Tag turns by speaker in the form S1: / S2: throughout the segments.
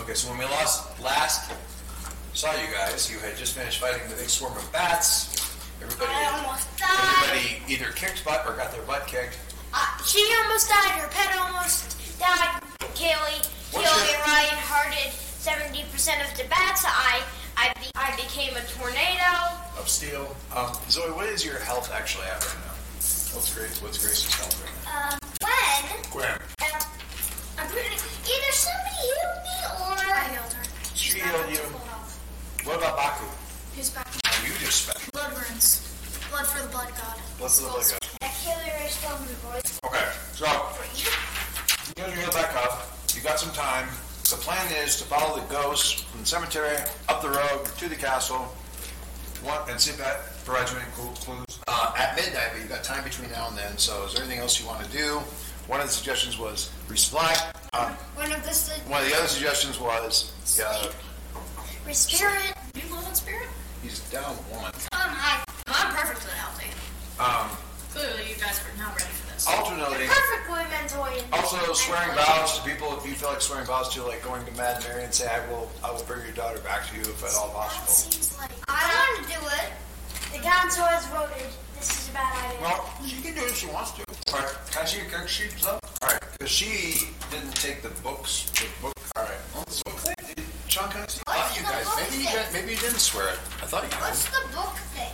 S1: Okay, so when we lost, last saw you guys, you had just finished fighting the big swarm of bats. Everybody,
S2: I almost died.
S1: everybody either kicked butt or got their butt kicked.
S2: Uh, she almost died. Her pet almost died. Kaylee,
S1: What's
S2: Kaylee
S1: your-
S2: Ryan hearted 70% of the bats. I, I, be, I became a tornado.
S1: Up steel. Um, Zoe, what is your health actually at right now? What's Grace? What's Grace's health right now?
S2: Um, when?
S1: Gwen.
S2: Um, I'm pretty, either somebody healed me or.
S3: I healed her.
S1: She
S3: back
S1: healed
S3: up to
S1: you.
S3: full health.
S1: What about Baku?
S3: He's back.
S1: You just spent.
S3: Blood burns. Blood for the blood god.
S1: Let's look like that.
S2: I killed her from the voice.
S1: Okay, so you and your heel back up. You got some time. The plan is to follow the ghosts from the cemetery up the road to the castle. What and see if that provides you any clu- clues. Uh, at midnight, but you've got time between now and then. So, is there anything else you want to do? One of the suggestions was resupply. Uh,
S2: One of the sli-
S1: one of the other suggestions was uh, yeah,
S2: spirit.
S3: You live in spirit?
S1: he's down one.
S2: Um, I
S3: I'm perfectly healthy.
S1: Um,
S3: Clearly, you guys were not ready for this.
S1: alternating.
S2: perfect women's orientation.
S1: Also, swearing vows to people, if you feel like swearing vows to, like going to Mad Mary and say, I will, I will bring your daughter back to you if at all
S3: That
S1: possible.
S3: seems like.
S2: I want to do it. The council has voted. This is a bad idea.
S1: Well, she can do it if she wants to. All right, can I see your character sheet, though? All right, because she didn't take the books, the book, all right. Well, this book thing, did- Sean, can I see? I thought you guys, maybe you guys, maybe you didn't swear it. I thought you guys.
S2: the book thing?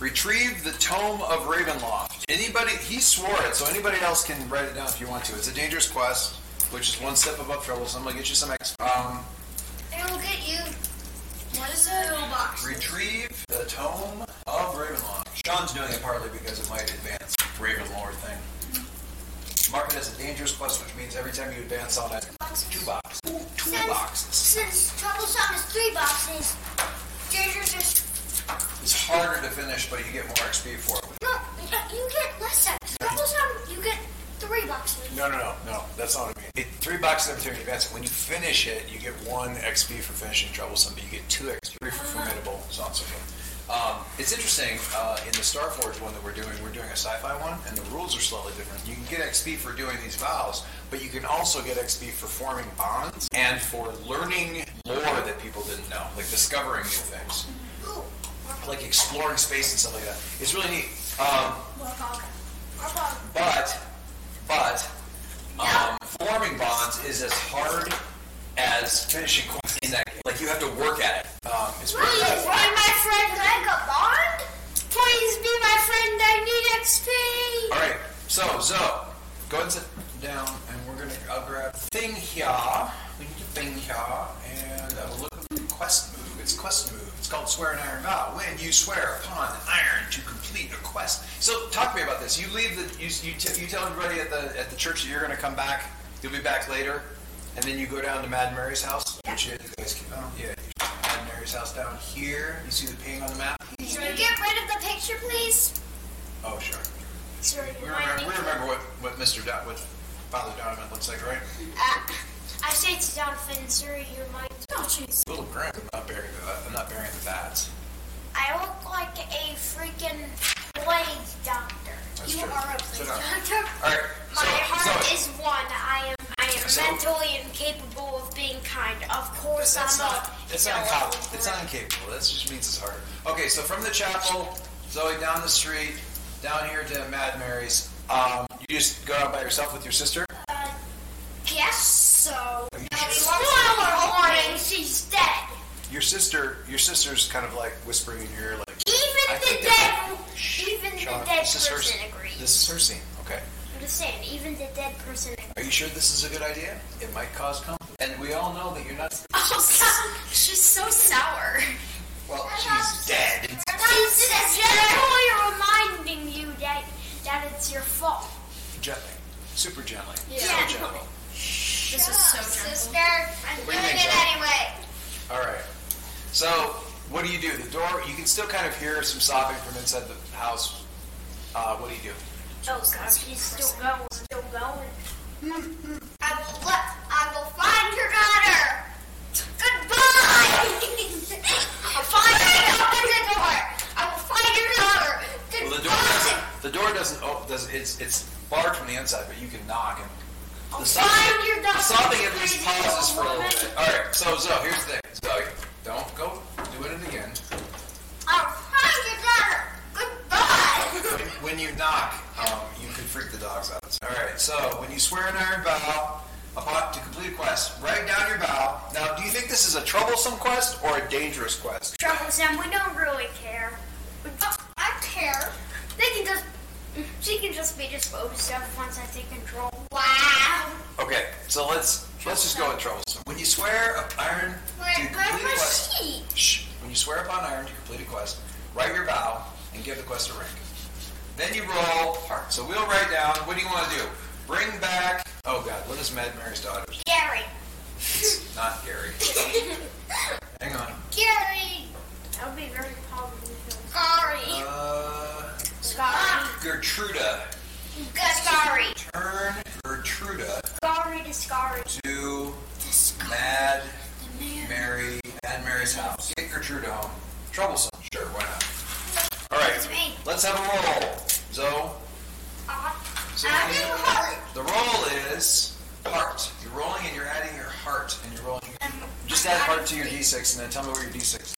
S1: Retrieve the Tome of Ravenloft. Anybody, he swore it, so anybody else can write it down if you want to. It's a dangerous quest, which is one step above trouble, so I'm gonna get you some X. Um,
S2: It will get you. What is it? box.
S1: Retrieve the Tome of Ravenloft. Sean's doing it partly because it might advance Raven lore thing. Mark it as a dangerous quest, which means every time you advance on it, two boxes. Ooh, Two boxes.
S2: Since troublesome is three boxes, dangerous is
S1: It's harder to finish, but you get more XP for it.
S2: no. You get less than troublesome. You get three boxes.
S1: No, no, no, no. That's not what I mean. It, three boxes every time you advance it. When you finish it, you get one XP for finishing troublesome, but you get two XP for formidable, so on and so forth. Um, it's interesting uh, in the Starforge one that we're doing. We're doing a sci-fi one, and the rules are slightly different. You can get XP for doing these vows, but you can also get XP for forming bonds and for learning lore that people didn't know, like discovering new things,
S2: Ooh,
S1: like exploring space and stuff like that. It's really neat. Um,
S2: our bottom.
S1: but, but, um, forming bonds is as hard as finishing quests in that. Like you have to work at it. Um, it's pretty
S2: Please
S1: tough.
S2: be my friend. Can I got bond? Please be my friend. I need XP.
S1: All right. So, Zo, go ahead and sit down, and we're gonna. I'll grab thing here. We need a thing here, and I'll look at the quest move. It's quest move. It's called swear an iron vow. When you swear upon an iron to complete a quest. So, talk to me about this. You leave the. You you, t- you tell everybody at the at the church that you're gonna come back. You'll be back later, and then you go down to Mad Mary's house. Which is, you guys can, oh, yeah, Mad Mary's house down here. You see the ping on the map?
S2: Can you get rid of the picture, please?
S1: Oh, sure.
S2: Sorry,
S1: We remember, we remember what, what Mr. Dot, what Father Donovan looks like, right?
S2: Uh, I say to Jonathan, sorry, you're my.
S3: Oh, jeez.
S1: A little grim. I'm not burying the, I'm not burying the bats.
S2: I look like a freaking plague doctor.
S1: That's
S2: you
S1: true.
S2: are a
S1: Sit
S2: plague
S1: down.
S2: doctor.
S1: All right.
S2: My
S1: so,
S2: heart
S1: so,
S2: is one. I am. I am
S1: So-
S2: mentally incapable of being kind. Of course,
S1: that's
S2: I'm
S1: not.
S2: a.
S1: That's
S2: yellow
S1: not incapable. That's
S2: bird.
S1: not incapable. That just means it's harder. Okay. So from the chapel, Zoe down the street, down here to Mad Mary's. Um, you just go out by yourself with your sister.
S2: Uh, guess so.
S1: you
S2: Now,
S1: sure?
S2: Spoiler warning: she's dead.
S1: Your sister. Your sister's kind of like whispering in your ear, like.
S2: Even
S1: I
S2: the
S1: think
S2: dead.
S1: that's- Shh,
S2: Even
S1: Sean,
S2: the dead
S1: this is her-
S2: person agrees.
S1: This is her scene. Okay.
S2: I'm just saying. Even the dead person agrees.
S1: Are you sure this is a good idea? It might cause conflict. And we all know that you're not.
S3: Oh, God. She's so sour.
S1: Well, she's dead.
S2: She's gently reminding you that that it's your fault.
S1: Gently. Super gently.
S3: Yeah.
S1: Super gently.
S3: This is so gentle.
S2: I'm
S1: do you doing think, it Joe?
S2: anyway.
S1: All right. So, what do you do? The door, you can still kind of hear some sobbing from inside the house. Uh, what do you do?
S2: Oh God, she's still going, still going. I will let, I will find your daughter. Goodbye. I'll find her. Open the door. I will find your daughter.
S1: Well,
S2: Goodbye.
S1: the door doesn't, the door doesn't, oh, does, it's, it's barred from the inside, but you can knock and
S2: I'll
S1: The sob-
S2: find your
S1: the
S2: doctor.
S1: sobbing at least pauses for a little
S2: woman.
S1: bit. All right, so Zoe, here's the thing. Zoe, don't go doing it again.
S2: I'll find your daughter. Goodbye.
S1: When, when you knock, um, you can freak the dogs out. All right, so when you swear an iron vow upon to complete a quest, write down your vow. Now, do you think this is a troublesome quest or a dangerous quest?
S2: Troublesome, we don't really care. We don't, I care. They can just, she can just be disposed of once I take control. Wow.
S1: Okay, so let's let's just go with troublesome. When you swear an iron to
S2: Wait,
S1: complete
S2: where's
S1: a
S2: my
S1: quest,
S2: sheet?
S1: Shh. When you swear upon iron to complete a quest, write your vow and give the quest a rank. Then you roll heart. So we'll write down. What do you want to do? Bring back. Oh God, what is Mad Mary's daughter?
S2: Gary.
S1: It's not Gary. Hang on.
S2: Gary. That would be very positive. Sorry.
S1: Uh,
S2: Sorry.
S1: Ah, Gertruda.
S2: Sorry.
S1: Turn Gertruda
S2: Sorry to Sorry.
S1: to Mad Mary. Mad Mary's house. Get Gertruda home. Troublesome. Sure. Why not? All
S2: It's
S1: right.
S2: me.
S1: Let's have a roll. Zoe.
S2: Uh,
S1: So
S2: I do heart.
S1: The roll is heart. You're rolling and you're adding your heart and you're rolling.
S2: Um,
S1: Just add heart to your d6 and then tell me where your d6 is.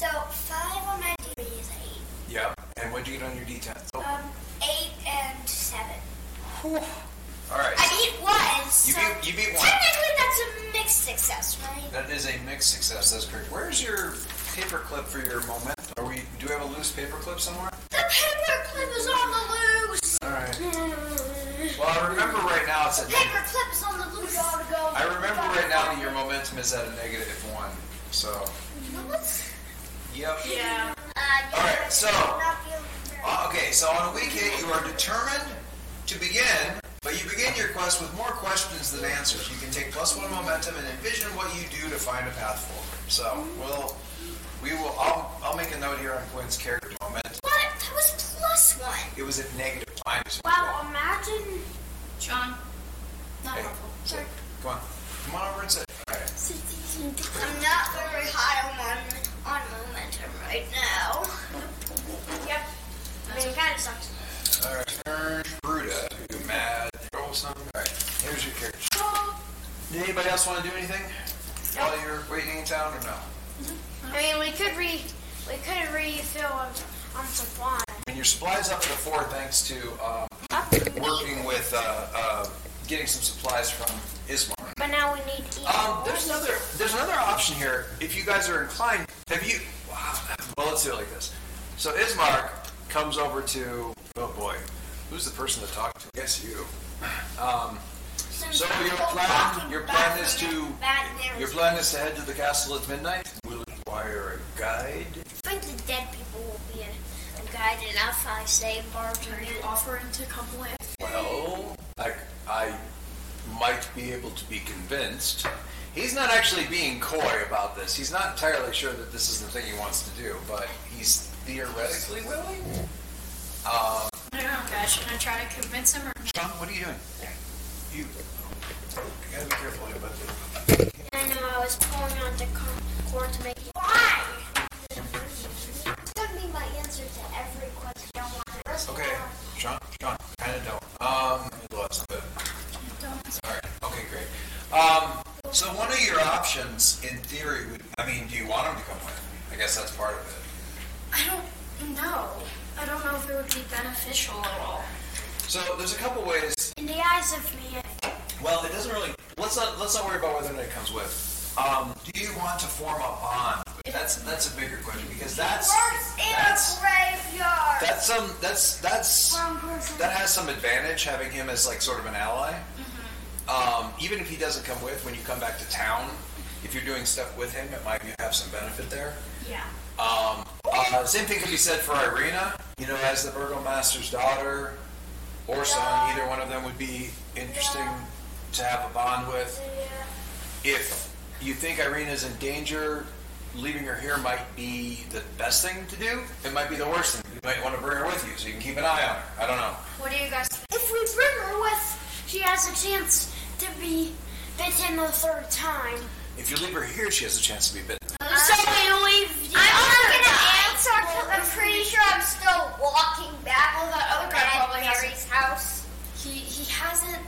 S2: So five on my D is eight.
S1: Yeah. And what'd you get on your d10? Oh,
S2: Um, eight and seven.
S1: all right.
S2: I beat one. So
S1: You beat, you beat one.
S2: technically that's a mixed success, right?
S1: That is a mixed success. That's correct. Where's your paper clip for your momentum? Are we? Do we have a loose paper clip somewhere?
S2: The paperclip is on the loose.
S1: All right. Well, I remember right now it's at.
S2: Paperclip is on the loose. Gotta go.
S1: I remember right now that your momentum is at a negative one. So.
S2: What?
S1: Yep.
S3: Yeah.
S2: Uh,
S1: All right, so-
S2: Not feeling very-
S1: Uh, okay, so on a week eight, you are determined to begin, but you begin your quest with more questions than answers. You can take plus one momentum and envision what you do to find a path forward. So we'll, we will. I'll, I'll make a note here on Gwen's character momentum.
S2: What? That was plus one.
S1: It was at negative minus.
S2: Wow, imagine.
S3: John. Not
S1: Okay,
S3: helpful.
S1: so, come on, come on over and sit. All right.
S2: I'm not very high on on momentum right now. Yep. I mean, it kind of sucks.
S1: All right, turn Bruda, you mad, roll something. All right, here's your character. Did anybody else want to do anything while you're waiting in town or no?
S2: I mean, we could re we could refill on on some wine.
S1: And your supplies up to the floor thanks to um, working with uh, uh, getting some supplies from Ismar.
S2: But now we need to eat.
S1: Um, there's another there's another option here. If you guys are inclined, have you? Wow. Well, let's do it like this. So Ismark comes over to oh boy, who's the person to talk to? Yes, you. So your plan your plan is to your plan is to head to the castle at midnight. We'll require a guide.
S2: I think the dead people will be a, a guide enough. I say, Barbara,
S3: Are you
S2: you
S3: offering to come with?
S1: Well, I, I might be able to be convinced. He's not actually being coy about this. He's not entirely sure that this is the thing he wants to do, but he's theoretically willing.
S3: I don't know, guys. Should I try to convince him or
S1: Sean, what are you doing? You. You gotta be careful here, but
S2: I know I was pulling on the cor- cord to make it. Why? It's gonna be my answer to every question I want. First
S1: Okay, Sean, Sean, kinda don't. Um, Uh, lost, but.
S3: don't?
S1: Alright, okay, great. Um, so one of your options, in theory, would, I mean, do you want him to come with? I guess that's part of it.
S3: I don't know. I don't know if it would be beneficial at all.
S1: So there's a couple ways
S2: In the eyes of me,
S1: Well, it doesn't really. Let's not let's not worry about whether or not it comes with. Um, do you want to form a bond? That's that's a bigger question because that's that's
S2: graveyard.
S1: that's some that's that's
S2: Wrong person.
S1: that has some advantage having him as like sort of an ally.
S2: Mm-hmm.
S1: Um, even if he doesn't come with, when you come back to town, if you're doing stuff with him, it might have some benefit there.
S3: Yeah.
S1: Um, uh, same thing can be said for Irina. You know, as the burgomaster's daughter or son, either one of them would be interesting to have a bond with if you think Irina's in danger, leaving her here might be the best thing to do. It might be the worst thing. You might want to bring her with you so you can keep an eye on her. I don't know.
S3: What do you guys think?
S2: If we bring her with, she has a chance to be bitten the third time.
S1: If you leave her here, she has a chance to be bitten.
S2: So we leave. I'm not gonna answer. I'm pretty sure I'm still walking back
S3: Well, that other guy
S2: to
S3: probably
S2: Mary's house.
S3: He he hasn't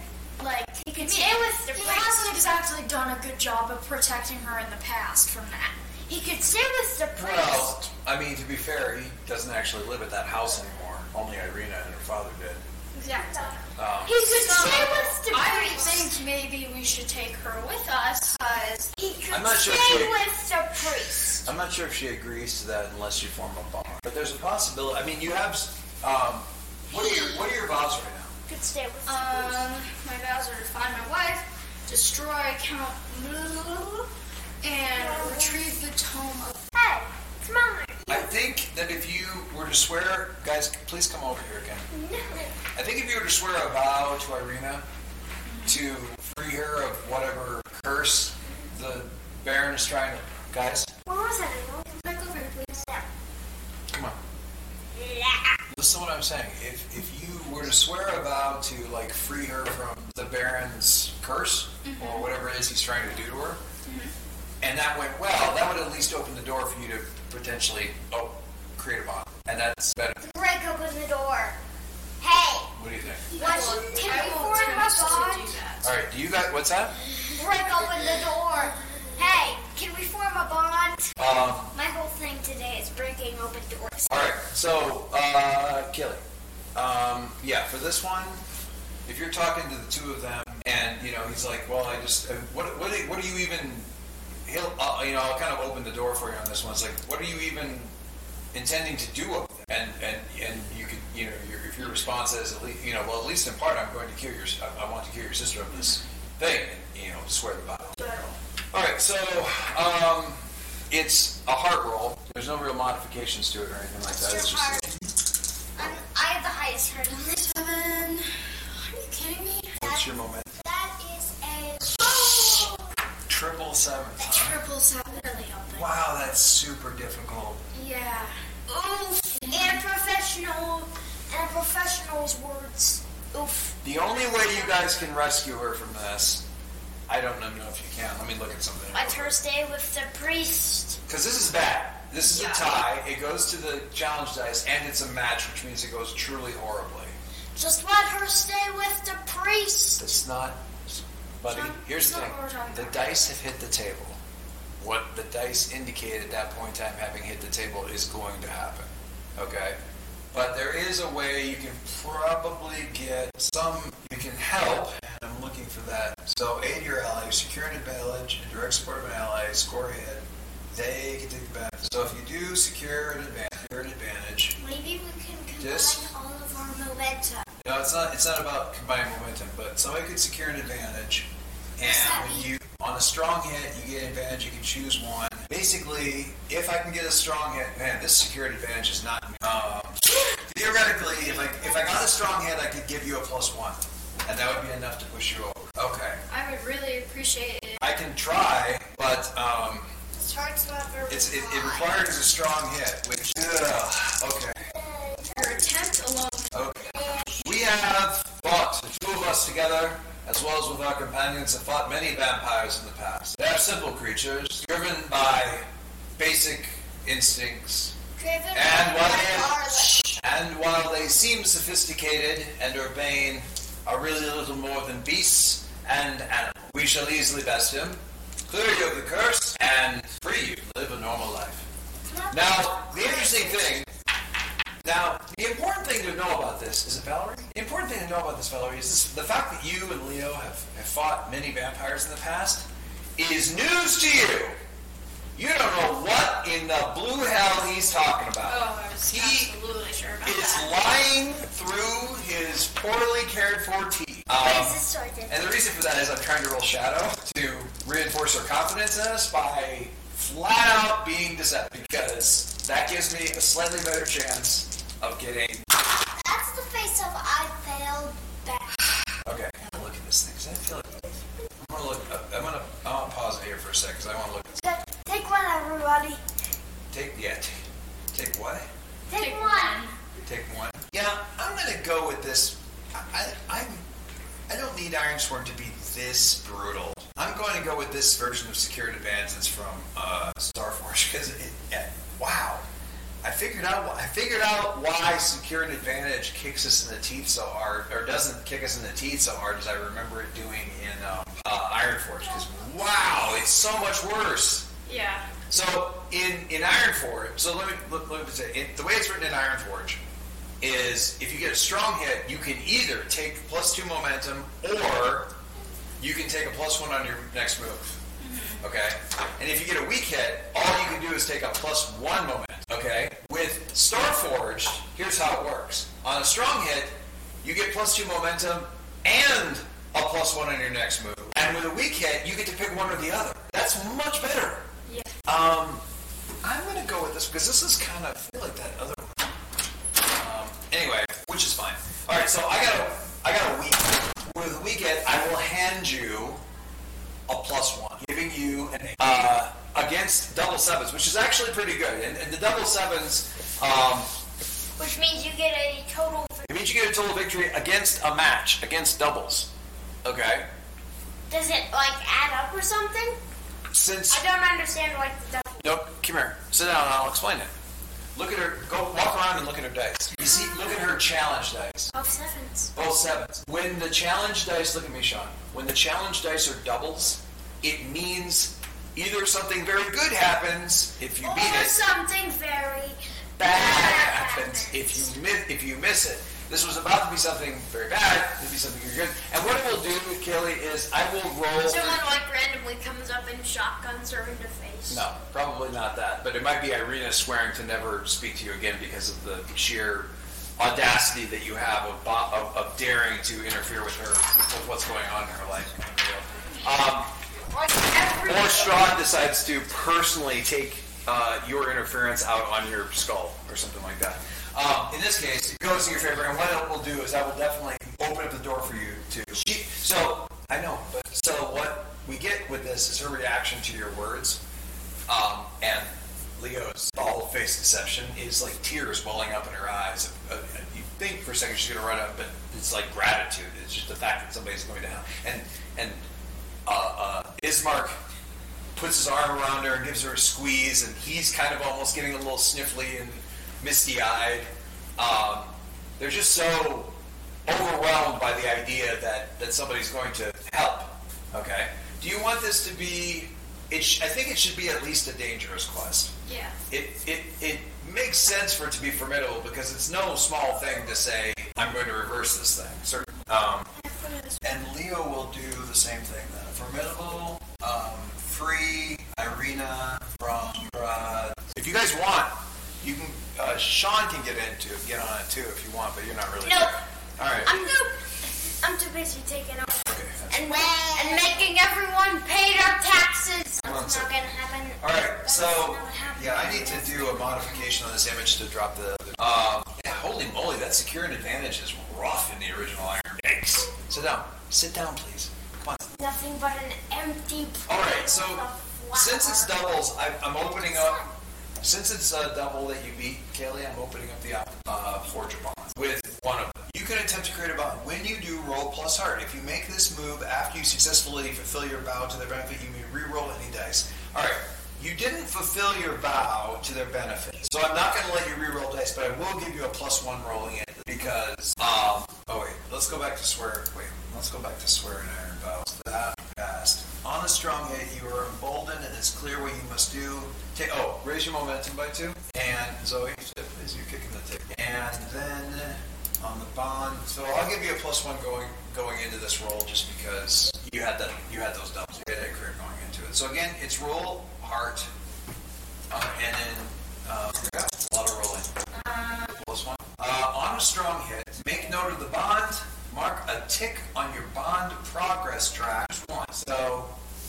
S3: like
S2: He can Stay with the
S3: he
S2: prince.
S3: hasn't exactly done a good job of protecting her in the past from that.
S2: He could stay with the prince.
S1: Well, I mean, to be fair, he doesn't actually live at that house anymore. Only Irina and her father did.
S3: Exactly.
S1: Um,
S2: he could stay with the
S3: I
S2: prince.
S3: think maybe we should take her with us, cause
S2: he could
S1: I'm not
S2: stay
S1: sure if he-
S2: with the priest.
S1: I'm not sure if she agrees to that unless you form a bond. But there's a possibility. I mean, you have. Um, what are your What are your vows right now?
S2: Could stay with the priest.
S3: um, my vows are to find my wife, destroy Count Mu,
S2: Oh.
S3: and retrieve the tome of.
S2: Hey, it's mine.
S1: I think that if you were to swear, guys, please come over here again.
S2: No.
S1: I think if you were to swear a vow to Irina to free her of whatever curse the Baron is trying to. Guys,
S2: What was that? Animal? Back over here, please.
S1: come on.
S2: Yeah.
S1: Listen to what I'm saying. If if you were to swear a vow to like free her from the Baron's curse or whatever it is he's trying to do to her, and that went well, that would at least open the door for you to potentially oh create a bond, and that's better.
S2: Break open the door. Hey,
S1: What do you think?
S2: what's
S3: I will
S2: can we form a
S3: attempt to
S2: bond?
S3: do that.
S1: All right, do you got what's that?
S2: Break open the door. Hey, can we form a bond?
S1: Um,
S2: My whole thing today is breaking open doors.
S1: all right, so uh, Kelly, um, yeah, for this one, if you're talking to the two of them, and you know he's like, well, I just uh, what what do- what do you even? He'll uh, you know I'll kind of open the door for you on this one. It's like, what are you even intending to do up there? And and and you could you know your, if your response is at least you know well at least in part I'm going to kill your I, I want to kill your sister of this thing and, you know swear the vow. All right, so um, it's a heart roll. There's no real modifications to it or anything like that. It's just
S2: I'm, I have the highest hurdle.
S3: Seven. Are you kidding me?
S1: what's your moment?
S2: That is a oh,
S1: Triple seven.
S3: Triple seven. Really helping.
S1: Wow, that's super difficult.
S3: Yeah.
S2: oof and professional and professional's words. Oof.
S1: The only way you guys can rescue her from this, I don't know if you can. Let me look at something.
S2: My Thursday with the priest.
S1: Because this is bad. This is
S3: Yeah.
S1: a tie. It goes to the challenge dice, and it's a match, which means it goes truly horribly.
S2: Just let her stay with the priest.
S1: It's not, buddy.
S3: John,
S1: Here's
S3: it's
S1: the
S3: not
S1: thing:
S3: what we're talking
S1: the
S3: about.
S1: dice have hit the table. What the dice indicate at that point in time, having hit the table, is going to happen. Okay, but there is a way you can probably get some. You can help. and I'm looking for that. So aid your ally, secure an advantage, and direct support of an ally. Score ahead. They can take the benefit. So if you do secure an advantage, secure an advantage.
S2: Maybe we can combine
S1: Yes.
S2: all of our momentum.
S1: No, it's not. It's not about combining momentum, but somebody could secure an advantage,
S2: What's that
S1: and when
S2: mean?
S1: you on a strong hit, you get an advantage. You can choose one. Basically, if I can get a strong hit, man, this secured advantage is not. Um, theoretically, if I if I got a strong hit, I could give you a plus one, and that would be enough to push you over. Okay,
S3: I would really appreciate it.
S1: I can try, but um,
S2: Starts not very
S1: it's it, it
S2: high.
S1: requires a strong hit, which ugh, okay.
S3: Your attempt alone.
S1: Okay. We have fought, the two of us together, as well as with our companions, have fought many vampires in the past. They are simple creatures, driven by basic instincts.
S2: Driven
S1: And
S2: by
S1: while
S2: garlic.
S1: they, and while they seem sophisticated and urbane, are really little more than beasts and animals. We shall easily best him, clear you of the curse, and free you to live a normal life. Now, the interesting thing. Now, the important thing to know about this is it Valerie. The important thing to know about this, Valerie, is this, the fact that you and Leo have, have fought many vampires in the past is news to you. You don't know what in the blue hell he's talking about.
S3: Oh, I was
S1: he
S3: absolutely sure about
S1: is
S3: that.
S1: lying through his poorly cared for teeth. Um,
S2: Where's this started?
S1: and the reason for that is I'm trying to roll shadow to reinforce her confidence in us by flat out being deceptive because that gives me a slightly better chance of getting.
S2: That's the face of I failed back.
S1: Okay, I'm gonna look at this thing 'cause I feel like I'm gonna look. I'm gonna. I'm gonna pause it here for a second because I want to look.
S2: Good. Take one, everybody.
S1: Take yeah. Take, take what?
S2: Take,
S3: Take
S2: one.
S1: Take one. Yeah, I'm gonna go with this. I, I, I'm, I don't need Iron Swarm to be this brutal. I'm going to go with this version of Secured Advantage that's from uh, Star Forge because it, yeah, wow, I figured out. wh- I figured out why secure an advantage kicks us in the teeth so hard, or doesn't kick us in the teeth so hard, as I remember it doing in um, uh, Iron Forge. Because wow, it's so much worse.
S3: Yeah.
S1: So in in Iron Forge, so let me let, let me say it, the way it's written in Iron Forge is if you get a strong hit, you can either take plus two momentum or you can take a plus one on your next move. Okay, and if you get a weak hit, all you can do is take a plus one momentum. Okay, with Starforged, here's how it works: on a strong hit, you get plus two momentum and a plus one on your next move, and with a weak hit, you get to pick one or the other. That's much better.
S3: Yeah.
S1: I'm gonna go with this because this is kind of I feel like that other. One. Um, anyway, which is fine. All right, so I got a I got a week. With weekend, I will hand you a plus one, giving you an uh, against double sevens, which is actually pretty good. And, and the double sevens, um,
S2: Which means you get a total of
S1: it means you get a total victory against a match, against doubles. Okay,
S2: Does it like add up or something?
S1: since
S2: I don't understand like the double.
S1: Nope. Come here. Sit down and I'll explain it. Look at her. Go walk around and look at her dice. You see, look at her challenge dice.
S2: Of sevens.
S1: Both sevens. When the challenge dice, look at me, Sean. When the challenge dice are doubles, it means either something very good happens if you beat
S2: or
S1: it,
S2: something very
S1: bad happens if you miss if you miss it. This was about to be something very bad. It'd be something very good. And what I will do, Kelly, is I will roll.
S2: Someone like randomly comes up and shotguns her in the face.
S1: No, probably not that. But it might be Irina swearing to never speak to you again because of the sheer audacity that you have of, bo- of, of daring to interfere with her, with what's going on in her life. Um,
S2: Like every.
S1: or Strahd decides to personally take uh, your interference out on your skull or something like that. Um, in this case, it goes in your favor, and what it will do is I will definitely open up the door for you to. She, so I know, but so what we get with this is her reaction to your words, um, and Leo's bald face deception is like tears welling up in her eyes. Uh, you think for a second she's going to run up, but it's like gratitude. It's just the fact that somebody's going down, and and uh, uh, Ismark puts his arm around her and gives her a squeeze, and he's kind of almost getting a little sniffly and misty eyed. Um, they're just so overwhelmed by the idea that, that somebody's going to help. Okay? Do you want this to be. It sh- I think it should be at least a dangerous quest
S3: Yeah.
S1: it, it, it makes sense for it to be formidable because it's no small thing to say, I'm going to reverse this thing. Cer- Um, and Leo will do the same thing then. Formidable, um, free, Irina from. Uh, if you guys want, you can. Uh, Sean can get into get on it too if you want, but you're not really.
S2: No.
S1: All right.
S2: I'm too. I'm too busy taking over
S1: okay.
S2: and and making everyone pay their taxes.
S1: Come on,
S2: That's
S1: sir.
S2: not gonna happen.
S1: All right,
S2: That's
S1: so
S2: not happening.
S1: yeah, I need to do a modification on this image to drop the. Um, yeah, holy moly, that secure an advantage is rough in the original Iron. Yikes! Sit down. Sit down, please. Come on.
S2: Nothing but an empty.
S1: All right, so
S2: plate of
S1: since it's
S2: flour.
S1: doubles, I, I'm opening up. Since it's a double that you beat, Kaylee, I'm opening up the op- uh, forger bond with one of them. You can attempt to create a bond. When you do, roll plus heart. If you make this move after you successfully fulfill your vow to their benefit, you may re-roll any dice. All right. You didn't fulfill your vow to their benefit, so I'm not going to let you re-roll dice, but I will give you a plus one rolling it because. Um, oh wait, let's go back to swear. Wait, let's go back to swear and iron vows. That passed. On a strong hit, you are emboldened, and it's clear what you must do. Ta oh, raise your momentum by two, and Zoe, is you kicking the table. And then on the bond, so I'll give you a plus one going going into this roll just because you had that you had those doubles, you had that career going into it. So again, it's roll heart, uh, and then uh, yeah, a lot of rolling. Plus one. Uh, on a strong hit, make note of the bond. Mark a tick on your bond progress track. Just One. So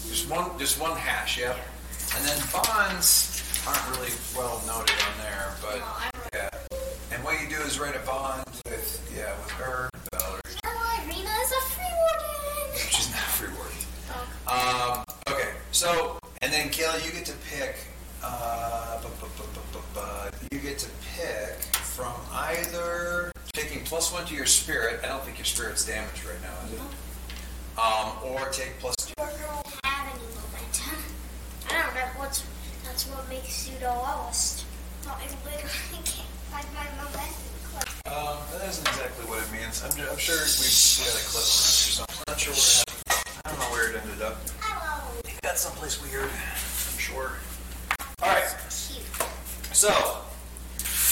S1: just one, just one hash. Yep. And then bonds aren't really well noted on there, but
S3: Well, I wrote-
S1: yeah. And what you do is write a bond with yeah with her. Valerie.
S2: Hello, Irina is a free woman.
S1: She's not free working.
S3: Oh.
S1: Um, okay, so and then Kayla, you get to pick. Uh, bu- bu- bu- bu- bu- bu- you get to pick from either taking plus one to your spirit. I don't think your spirit's damaged right now, is it? Um, or take plus two.
S2: Or don't have any momentum. I don't know what's that's what makes you the lowest. No, I literally can't find my momentum clip.
S1: Um, that isn't exactly what it means. I'm, ju- I'm sure we've we had a clip on this or something. I'm not sure what happened. I don't know where it ended up.
S2: Hello.
S1: I think that's someplace weird. I'm sure. All right.
S2: Cute.
S1: So,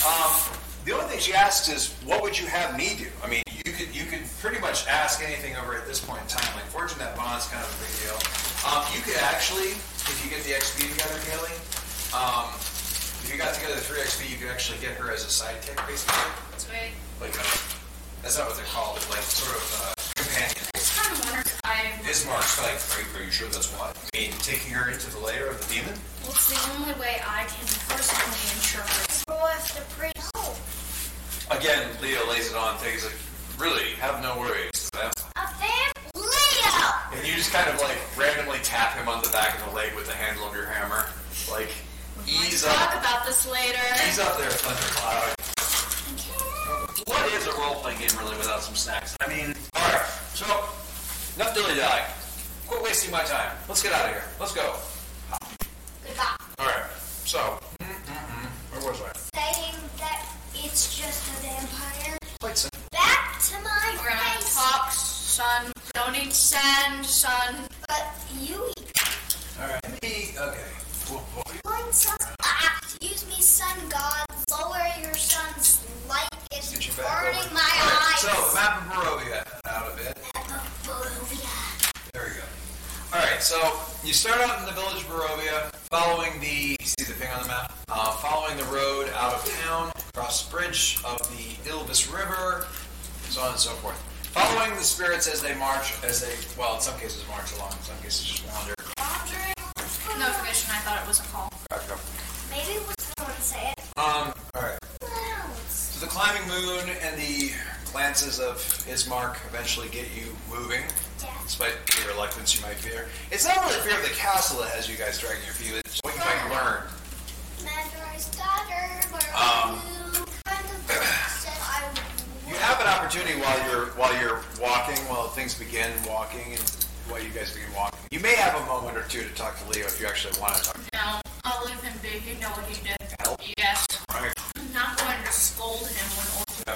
S1: um, the only thing she asked is, what would you have me do? I mean, you could you could pretty much ask anything over at this point in time. Like forging that bond is kind of a big deal. Um, you could actually, if you get the XP together, Kaylee, um, if you got together the three XP, you could actually get her as a sidekick, basically.
S3: That's why
S1: Like a, that's not what they're called, but like sort of a companion.
S3: I just kind of wonder if I'm.
S1: Ismark's like, are you, are you sure that's what? I mean, taking her into the lair of the demon.
S3: Well, it's the only way I can personally interpret.
S2: Go after priest. No.
S1: Again, Leo lays it on things like, really, have no worries. I'm
S2: A vamp? Leo!
S1: And you just kind of like randomly tap him on the back of the leg with the handle of your hammer. Like, ease
S3: We'll talk
S1: up.
S3: about this later.
S1: Ease up there, Thundercloud. What is a role playing game really without some snacks? I mean, alright, so, enough dilly dally. Quit wasting my time. Let's get out of here. Let's go.
S2: Goodbye.
S1: Alright, so, mm-mm-mm. where was I?
S2: Saying that it's just a vampire.
S1: Quite simple.
S2: Back to my
S3: We're gonna have
S2: face.
S3: talk, son. Don't eat sand, son.
S2: But you
S1: Alright, let me, okay. Whoa, whoa.
S2: one son. Ah, excuse me, sun god. Lower your sun's light. It's
S1: Get you back over.
S2: burning my
S1: Alright,
S2: eyes.
S1: So, the map of Barovia out of it. There we go. All right, so you start out in the village of Barovia, following the you see the thing on the map, uh, following the road out of town, across the bridge of the Ilvis River, so on and so forth. Following the spirits as they march, as they well, in some cases march along, in some cases just wander.
S3: No information. I thought it was a call.
S1: Back up.
S2: Maybe we don't want to say it.
S1: Um, all right.
S2: Clouds.
S1: So the climbing moon and the glances of Ismark eventually get you moving,
S2: Death.
S1: despite the reluctance you might fear. It's not really fear of the castle that has you guys dragging your feet. It's what you might learn.
S2: Madra's daughter. Where
S1: Um.
S2: you kind of said I
S1: You
S2: would.
S1: have an opportunity while you're while you're walking, while things begin walking, and while you guys begin walking. You may have a moment or two to talk to Leo if you actually want to talk.
S3: No, I'll leave him be. You know what he did.
S1: Help.
S3: Yes.
S1: All right.
S3: I'm not going to scold him when. Or-
S1: Yeah.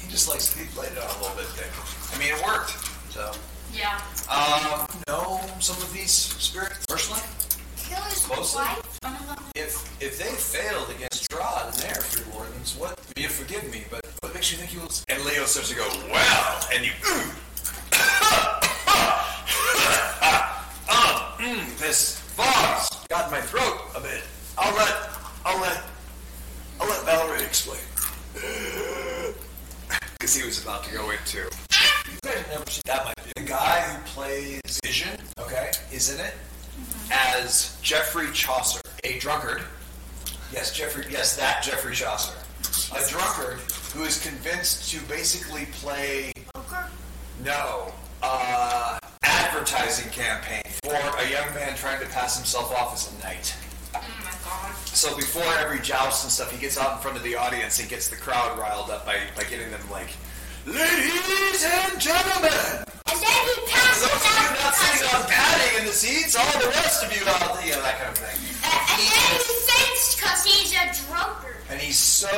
S1: He just likes he played it on a little bit thick. I mean, it worked. So,
S3: yeah.
S1: um, know some of these spirits personally.
S2: Kill his
S1: Mostly?
S2: wife.
S3: Some of them.
S1: If if they failed against Drod and their three wardens, what? You forgive me, but what makes you think you will? And Leo starts to go well, and you. Mm, mm, this fog's got in my throat a bit. I'll let I'll let I'll let Valerie explain. Because he was about to go into. You guys have never seen that might be the guy who plays Vision, okay, is in it as Jeffrey Chaucer, a drunkard. Yes, Jeffrey. Yes, that Jeffrey Chaucer, a drunkard who is convinced to basically play
S2: Poker.
S1: no uh, advertising campaign for a young man trying to pass himself off as a knight.
S3: Oh my god.
S1: So before every joust and stuff, he gets out in front of the audience and gets the crowd riled up by, by getting them like, ladies and gentlemen,
S2: And then he
S1: those
S2: passes
S1: of
S2: out
S1: you not
S2: because
S1: sitting on padding in the seats, all the rest of you out, there," you know that kind of thing.
S2: And then he faints because he's a drunkard.
S1: And he's so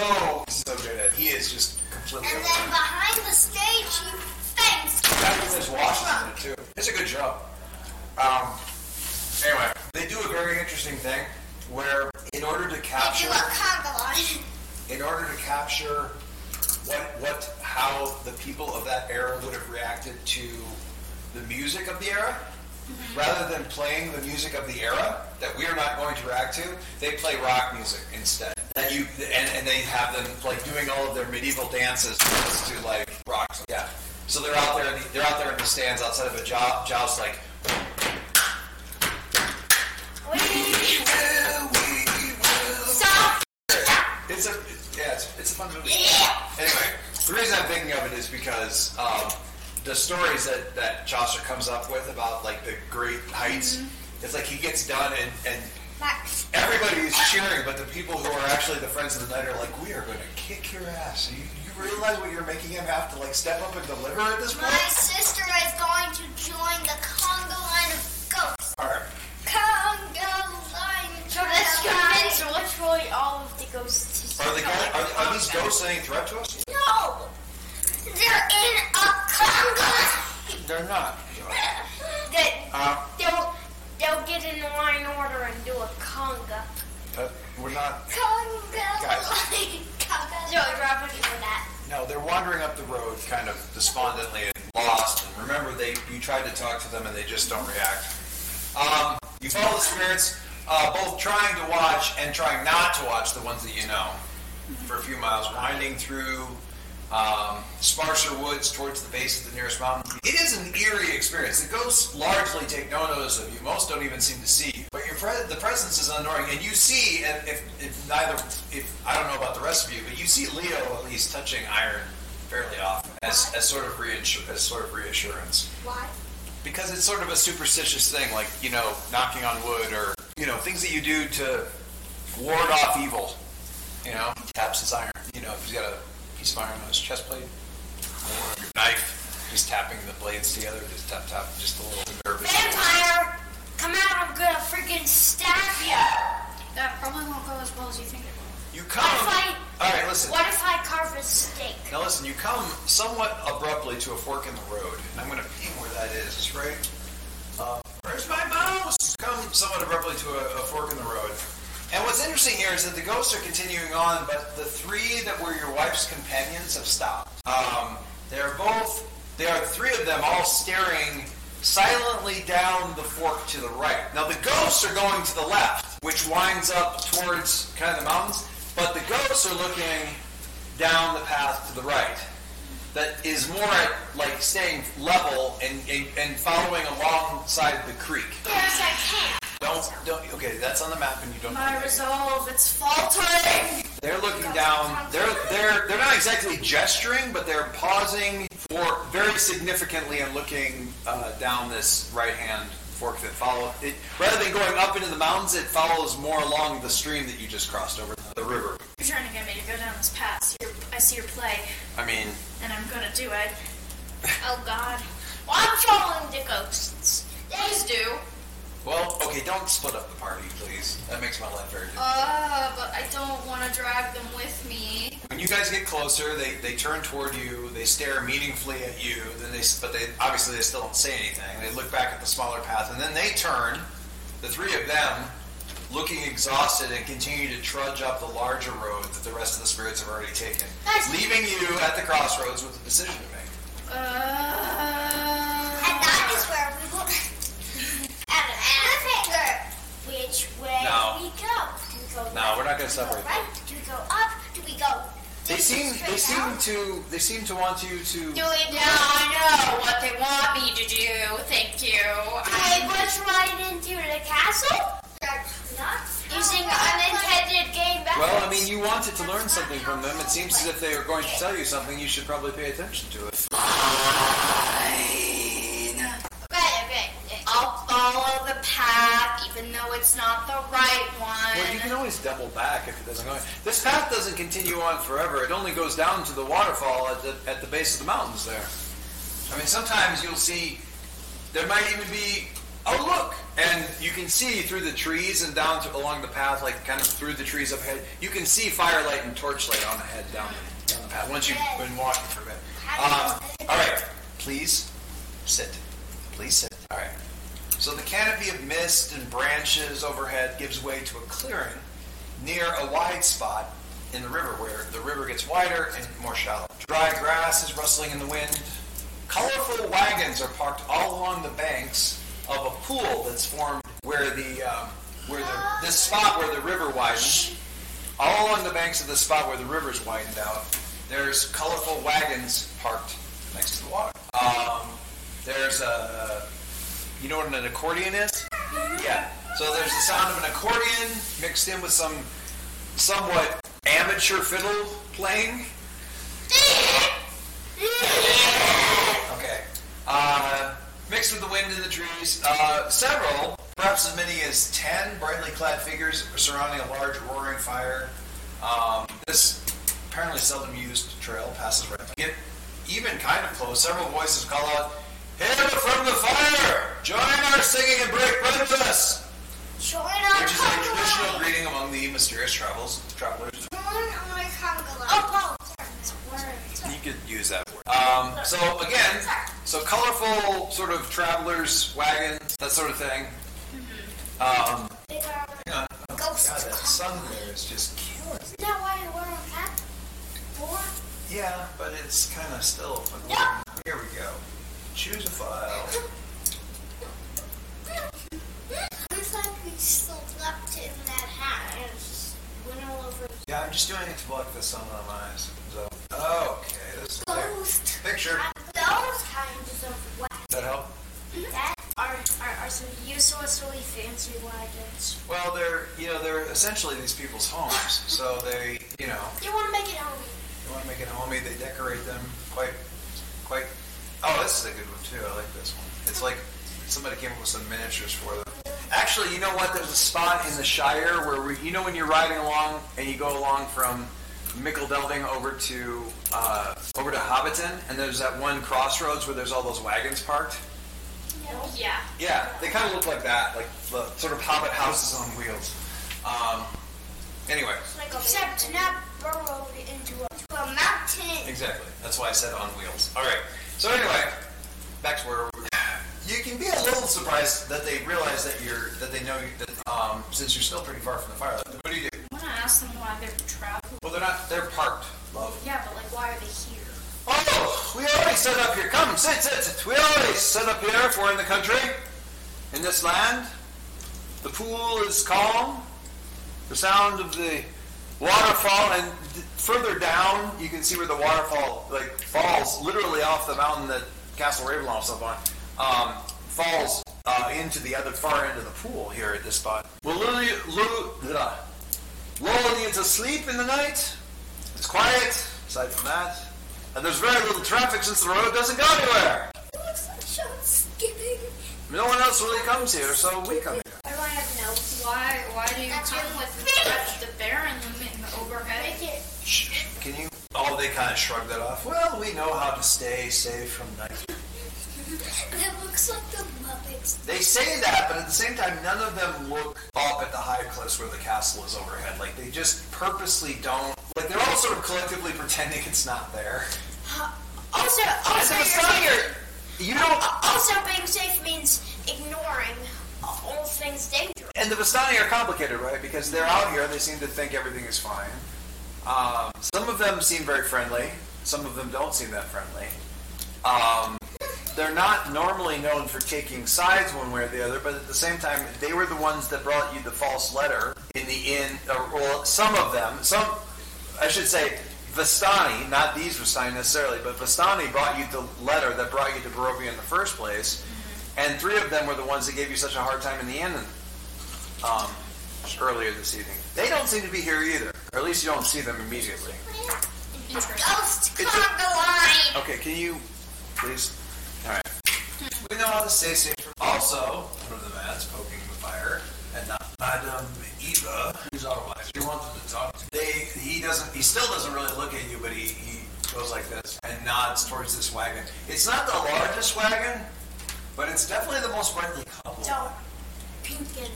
S1: so good at he is just completely
S2: And then behind the stage, he faints.
S1: That was Washington too. It's a good job. Um, anyway, they do a very interesting thing where in order to
S2: They do
S1: capture
S2: a conga line.
S1: in order to capture what what how the people of that era would have reacted to the music of the era. Rather than playing the music of the era that we are not going to react to, they play rock music instead. That you and, and they have them like doing all of their medieval dances to like rock. Yeah. So they're out there. In the, they're out there in the stands outside of a jou- joust, like
S2: Stop.
S1: It's a yeah, it's, it's a fun movie. Anyway, the reason I'm thinking of it is because um, the stories that that Chaucer comes up with about like the great heights, it's like he gets done and and
S2: Max.
S1: everybody is cheering, but the people who are actually the friends of the night are like, we are going to kick your ass. You, you realize what you're making him have to like step up and deliver at this point.
S2: My sister is going to join the conga line of ghosts.
S1: All right.
S2: Conga line. So
S4: Let's convince which way all of the ghosts
S1: Are, the guy, are, are these ghosts any threat to us?
S2: No! They're in a conga!
S1: They're not.
S2: That
S1: Uh,
S2: they'll, they'll get in line order and do a conga.
S1: uh, we're not.
S2: Conga!
S1: Guys.
S2: conga! No, Robin, for that.
S1: No, they're wandering up the road, kind of despondently and lost. And remember, they you tried to talk to them, and they just don't react. Um, you follow the spirits, uh, both trying to watch and trying not to watch the ones that you know, for a few miles, winding through um, sparser woods towards the base of the nearest mountain. It is an eerie experience. The ghosts largely take no notice of you. Most don't even seem to see you. But your pre- the presence is unnerving, and you see, and if, if neither, if I don't know about the rest of you, but you see Leo at least touching iron fairly often as, as sort of reinsur- as sort of reassurance
S3: Why?
S1: because it's sort of a superstitious thing, like you know, knocking on wood or you know, things that you do to ward off evil. You know, he taps his iron. You know, if he's got a piece of iron on his chest plate or your knife, just tapping the blades together, just tap tap, just a little nervous.
S2: Vampire! Come out, I'm gonna freaking stab you!
S3: That probably won't go as well as you think it will.
S1: You
S2: What if
S1: come.
S2: I.
S1: All right, listen.
S2: What if I carve a steak?
S1: Now listen. You come somewhat abruptly to a fork in the road, and I'm going to ping where that is. It's right. Uh, where's my mouse? You come somewhat abruptly to a, a fork in the road. And what's interesting here is that the ghosts are continuing on, but the three that were your wife's companions have stopped. Um, they're both, they are three of them all staring silently down the fork to the right. Now the ghosts are going to the left, which winds up towards kind of the mountains, but the ghosts are looking down the path to the right that is more at, like staying level and, and, and following alongside the creek.
S2: There's a camp.
S1: Don't, don't, okay, that's on the map and you don't.
S3: My resolve, it's faltering!
S1: They're looking down. They're they're they're not exactly gesturing, but they're pausing for very significantly and looking uh, down this right hand fork that follow. It, rather than going up into the mountains, it follows more along the stream that you just crossed over the river.
S3: You're trying to get me to go down this path. See your- I see your play,
S1: I mean,
S3: and I'm gonna do it. Oh god.
S2: Well, I'm following the ghosts.
S3: Please do.
S1: well, okay, don't split up the party, please. That makes my life very. difficult.
S3: Uh, but I don't want to drag them with me.
S1: When you guys get closer, they, they turn toward you. They stare meaningfully at you. Then they s- but they obviously they still don't say anything. They look back at the smaller path, and then they turn. The three of them, looking exhausted, and continue to trudge up the larger road that the rest of the spirits have already taken,
S2: Guys.
S1: leaving you at the crossroads with a decision to make.
S3: Uh.
S2: And that is where we will add an finger. Which way
S1: No.
S2: do we go? Do we go
S1: No,
S2: left?
S1: we're not gonna
S2: Do we go
S1: separate
S2: Right? Do we go up? Do we go?
S1: They seem
S2: straight
S1: they seem
S2: down?
S1: to they seem to want you to.
S3: Do it now. I know what they want me to do. Thank you.
S2: I
S3: I
S2: was right into the castle. That's not using unintended game methods.
S1: Well, I mean, you wanted to learn something from them. It seems as if they are going to tell you something. You should probably pay attention to it.
S2: Right, okay.
S3: I'll follow the path, even though it's not the right one.
S1: Well, you can always double back if it doesn't go. This path doesn't continue on forever. It only goes down to the waterfall at the, at the base of the mountains there. I mean, sometimes you'll see, there might even be, oh, look! And you can see through the trees and down to, along the path, like kind of through the trees up ahead, you can see firelight and torchlight on ahead down the, down the path once you've been walking for a bit. Um, all right, please sit. Please sit. All right. So the canopy of mist and branches overhead gives way to a clearing near a wide spot in the river where the river gets wider and more shallow. Dry grass is rustling in the wind. Colorful wagons are parked all along the banks of a pool that's formed where the um, where the this spot where the river widens. All along the banks of the spot where the river's widened out, there's colorful wagons parked next to the water. Um, there's a you know what an accordion is? Yeah. So there's the sound of an accordion mixed in with some somewhat amateur fiddle playing. Okay. Uh, mixed with the wind in the trees, uh, several, perhaps as many as ten, brightly clad figures are surrounding a large roaring fire. Um, this apparently seldom used trail passes right by. Get even kind of close. Several voices call out, "Hail from the fire! Join our singing and break bread with us!"
S2: Join
S1: Which is a
S2: our
S1: traditional
S2: company.
S1: greeting among the mysterious travels travelers.
S2: Join
S3: on my Congo.
S2: Oh,
S1: You could use that word. Um, so again, so colorful sort of travelers, wagons, that sort of thing. Um, hang on. Oh my God,
S2: Ghost
S1: that sun there is just killing.
S2: Is that why you're wearing a hat?
S1: Yeah, but it's kind of still. But
S2: Yeah.
S1: Here we go. Choose a file.
S2: Looks like we still left in that hat and it just went all over the
S1: Yeah, I'm just doing it to block the sun on my eyes. So okay, this is there.
S2: ghost.
S1: picture.
S2: Those kinds of wax
S1: That help?
S2: that are, are, are some useless, really fancy wagons.
S1: Well, they're you know they're essentially these people's homes, so they you know
S2: You want to make it homey.
S1: You want to make it homey, they decorate them quite, quite. Oh, this is a good one too. I like this one. It's like somebody came up with some miniatures for them. Actually, you know what? There's a spot in the Shire where we, you know, when you're riding along and you go along from Mickledelving over to uh, over to Hobbiton, and there's that one crossroads where there's all those wagons parked.
S3: Yeah.
S1: Yeah, they kind of look like that, like the sort of Hobbit houses on wheels. Um, anyway,
S2: Except not burrowed into a, to a mountain.
S1: Exactly. That's why I said on wheels. All right. So anyway, back to where we you can be a little surprised that they realize that you're that they know you, that um, since you're still pretty far from the fire. Like, what do you do?
S3: I want to ask them why they're traveling.
S1: Well, they're not. They're parked. Love.
S3: Yeah, but like, why are they here?
S1: Oh, we already set up here. Come, sit, sit, sit. We already set up here. If we're in the country, in this land, the pool is calm. The sound of the waterfall, and d- further down, you can see where the waterfall like falls literally off the mountain that Castle Ravenloft's up on. Um, falls uh, into the other far end of the pool here at this spot. Will lull you, lu- uh, lull you to sleep in the night. It's quiet. Aside from that, and there's very little traffic since the road doesn't go anywhere.
S2: It looks like Sean's skipping.
S1: No one else really comes here, so we come here.
S3: Why do I have notes? Why? Why do you
S2: That's
S3: come
S2: really
S3: with
S2: big.
S3: the, the bear in the, in the overhead?
S2: Make it.
S1: Shh. Can you? Oh, they kind of shrugged that off. Well, we know how to stay safe from night.
S2: It looks like the Muppets.
S1: They say that, but at the same time, none of them look up at the high cliffs where the castle is overhead. Like they just purposely don't. Like they're all sort of collectively pretending it's not there.
S2: Also, also,
S1: it's not here. You don't.
S2: also being safe means ignoring all things dangerous.
S1: And the Vistani are complicated, right? Because they're out here, they seem to think everything is fine. Um, some of them seem very friendly, some of them don't seem that friendly. Um, they're not normally known for taking sides one way or the other, but at the same time, they were the ones that brought you the false letter in the inn. Or, well, some of them, some, I should say, Vistani, not these Vistani necessarily, but Vistani brought you the letter that brought you to Barovia in the first place, and three of them were the ones that gave you such a hard time in the inn um, earlier this evening. They don't seem to be here either, or at least you don't see them immediately.
S3: Interesting.
S2: Ghost
S1: It's a- Oh.
S2: clog the line.
S1: Okay, can you please? All right. We know how to stay safe. From- also, one of the ads poking the fire, and not Madame Eva, who's otherwise. You want them to talk. They, he doesn't. He still doesn't really look at you, but he, he goes like this and nods towards this wagon. It's not the largest wagon, but it's definitely the most brightly colored.
S2: Don't pink and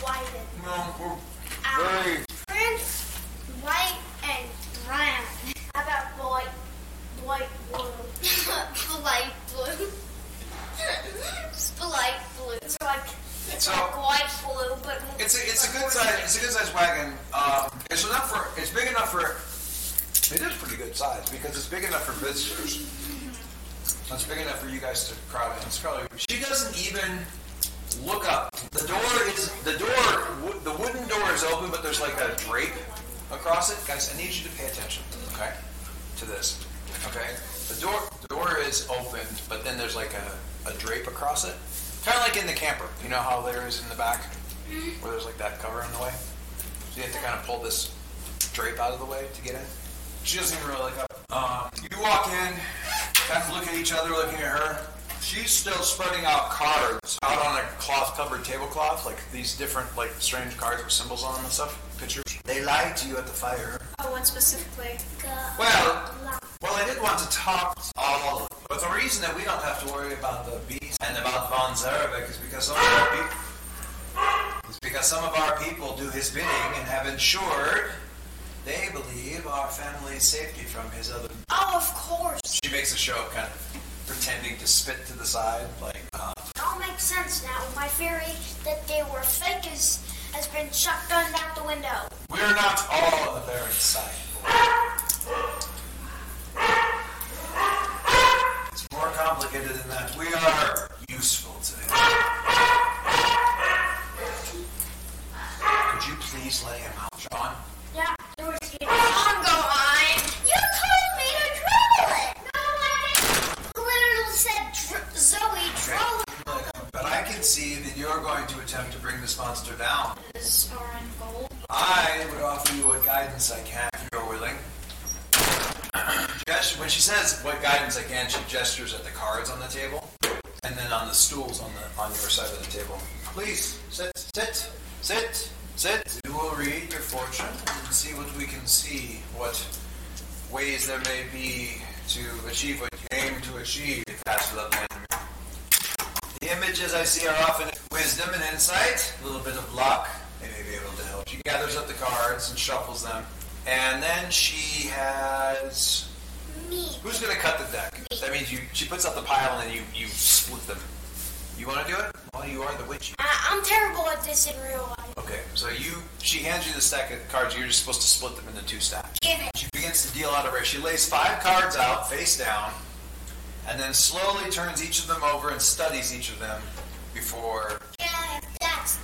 S2: white and
S1: No, we're
S2: Ow.
S1: very
S2: orange, white and brown. How about white, white blue, light blue, light blue. It's like it's
S1: So-
S2: like white blue, but
S1: Oh. It's a it's a
S2: but
S1: good size it's a good size wagon. Um, it's enough for it's big enough for it is pretty good size because it's big enough for visitors. So it's big enough for you guys to crowd in. It's probably she doesn't even look up. The door is the door wo- the wooden door is open, but there's like a drape across it. Guys, I need you to pay attention, okay, to this. Okay, the door the door is open, but then there's like a, a drape across it, kind of like in the camper. You know how there is in the back where there's like that cover in the way. So you have to kind of pull this drape out of the way to get in. She doesn't even really look up. Um, you walk in, kind of look at each other, looking at her. She's still spreading out cards out on a cloth-covered tablecloth, like these different, like strange cards with symbols on them and stuff. Pictures. They lied to you at the fire.
S3: Oh, what specifically?
S1: Well, well, I did want to talk all, but the reason that we don't have to worry about the beast and about von Zarevich is because some of our people, is because some of our people do his bidding and have ensured They believe our family's safety from his other.
S3: Oh, of course.
S1: She makes a show of kind of pretending to spit to the side, like, uh,
S2: It all makes sense now. My theory that they were fake is, has been shotgunned out the window.
S1: we're not all on the Baron's side. It's more complicated than that. We are useful to him. Could you please let him out, John?
S2: Yeah, there was
S3: Come go on.
S2: You told me to dribble it! No, I didn't. Literally said dr- Zoe drove
S1: But I can see that you're going to attempt to bring this monster down.
S3: Is Oren gold?
S1: I would offer you what guidance I can if you're willing. Gest- when she says what guidance I can, she gestures at the cards on the table and then on the stools on the on your side of the table. Please sit, sit, sit, sit. We will read your fortune and see what we can see, what ways there may be to achieve what you aim to achieve, That's love man. The images I see are often wisdom and insight, a little bit of luck. They may be able to help. She gathers up the cards and shuffles them. And then she has.
S2: me.
S1: Who's going to cut the deck? That means you. She puts up the pile and then you, you split them. You want to do it? Well, you are the witch.
S2: I- I'm terrible at this in real life.
S1: Okay, so you. She hands you the stack of cards. You're just supposed to split them into two stacks.
S2: Give it.
S1: She begins to deal out of her. She lays five cards out, face down, and then slowly turns each of them over and studies each of them before
S2: Yeah, that's.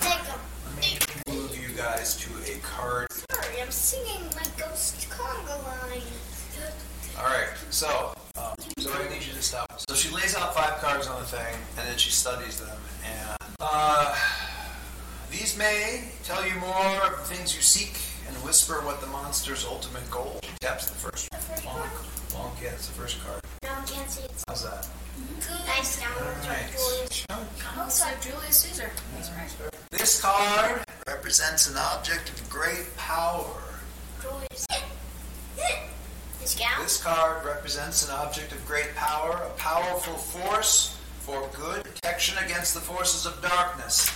S2: Take 'em.
S1: Let me move you guys to a card.
S2: Sorry, I'm singing my ghost conga line.
S1: All right, so um, so I need you to stop. So she lays out five cards on the thing, and then she studies them. And uh, these may tell you more of the things you seek and whisper what the monster's ultimate goal. Taps the first.
S2: The first
S1: Bonk,
S2: one?
S1: bonk. Yeah, it's the first card.
S2: No, I can't see it.
S1: How's that?
S2: Nice downwards
S1: Alright.
S3: Looks like Julius Caesar. That's right.
S1: This card represents an object of great power.
S2: This gown?
S1: This card represents an object of great power, a powerful force for good, protection against the forces of darkness.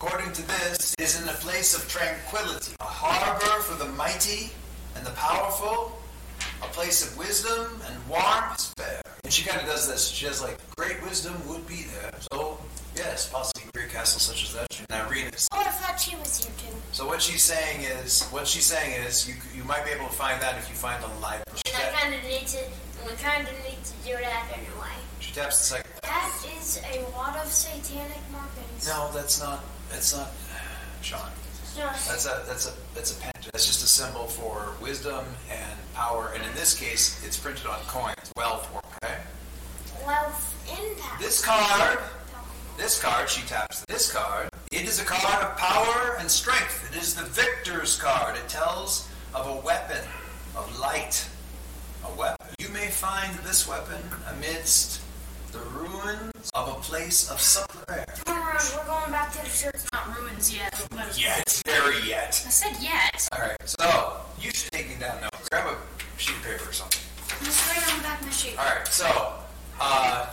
S1: According to this, it is in a place of tranquility, a harbor for the mighty and the powerful, a place of wisdom and warm despair. And she kind of does this. She has like, great wisdom would be there. So, yes, possibly great castles such as that. Now read it.
S2: Oh, I thought she was here too.
S1: So what she's saying is, what she's saying is, you, you might be able to find that if you find a library. She,
S2: And I
S1: tap-
S2: kind of need to, and we kind of need to do that anyway.
S1: she taps the second.
S2: That is a lot of satanic markings.
S1: No, that's not. That's not, Sean.
S2: No.
S1: That's a that's a that's a pendant. That's just a symbol for wisdom and power. And in this case, it's printed on coins, wealth. Okay.
S2: Wealth impact.
S1: This card, this card, she taps. This card. It is a card of power and strength. It is the victor's card. It tells of a weapon of light, a weapon. You may find this weapon amidst the ruins of a place of supple prayer.
S2: Come on, we're going back to the church.
S3: Not ruins yet. But
S1: Yet, very yet.
S3: I said yet.
S1: All right, so you should take me down now. Grab a sheet of paper or something.
S3: I'm just writing on the back of my sheet.
S1: All right, so uh,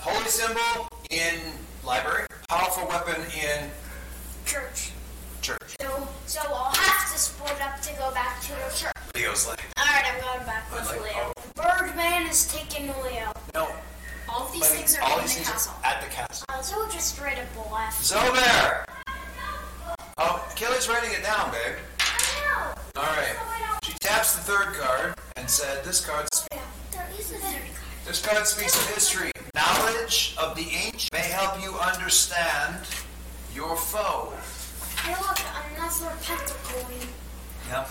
S1: holy symbol in library, powerful weapon in
S2: Church.
S1: church.
S2: So, so I'll have to split up to go back to the church.
S1: Leo's like,
S2: All right, I'm going back with
S1: I'd like-
S2: Leo. Birdman is taking Leo.
S1: no,
S3: All of these
S1: buddy,
S3: things are
S1: all
S3: in
S1: these
S3: the
S1: things are
S3: castle.
S1: at the castle.
S2: Uh, so we'll just straight up left.
S1: Zober. Oh, Kelly's writing it down, babe.
S2: I know.
S1: All right. She taps the third card and said, "This card
S2: Yeah, there is a better card.
S1: This card speaks of history. Knowledge of the ancient may help you understand your foe."
S2: Hey, look, another pentacle.
S1: Yep.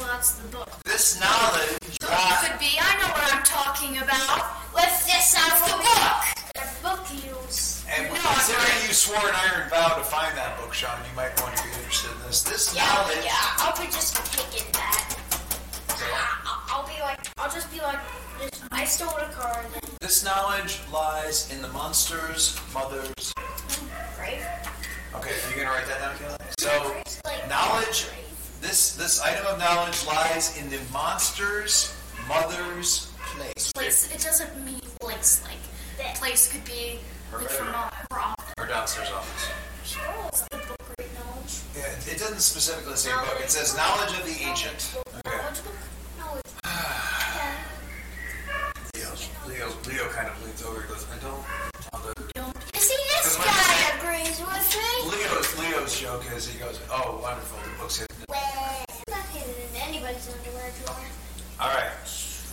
S3: Well, that's the book.
S1: This knowledge
S3: It
S1: that
S3: could be. I know what I'm talking about. Lift this out of the book.
S2: The book heals.
S1: and
S3: No,
S1: considering
S3: I'm-
S1: you swore an iron vow to find that book, Sean, you might want to be interested in this. This
S2: Yeah,
S1: knowledge
S2: yeah. I'll be just taking that. I, I'll be like, I'll just be like, just, I stole a car and then
S1: this knowledge lies in the monster's mother's
S2: right?
S1: Okay, are you gonna write that down, Kelly? So knowledge this this item of knowledge lies in the monster's mother's place.
S3: Place. It doesn't mean place. Like place could be like for mom, for all.
S1: Or downstairs office.
S2: Sure, it's the book right knowledge.
S1: Yeah, it doesn't specifically say book. It says
S2: Knowledge.
S1: knowledge of the ancient. Okay. Leo's, Leo, Leo kind of leans over and goes, I don't. know the-"
S2: You see, this guy agrees with me.
S1: Leo's Leo's joke is he goes, oh wonderful, the book's hidden.
S2: Well, it's not hidden in anybody's underwear drawer.
S1: All right.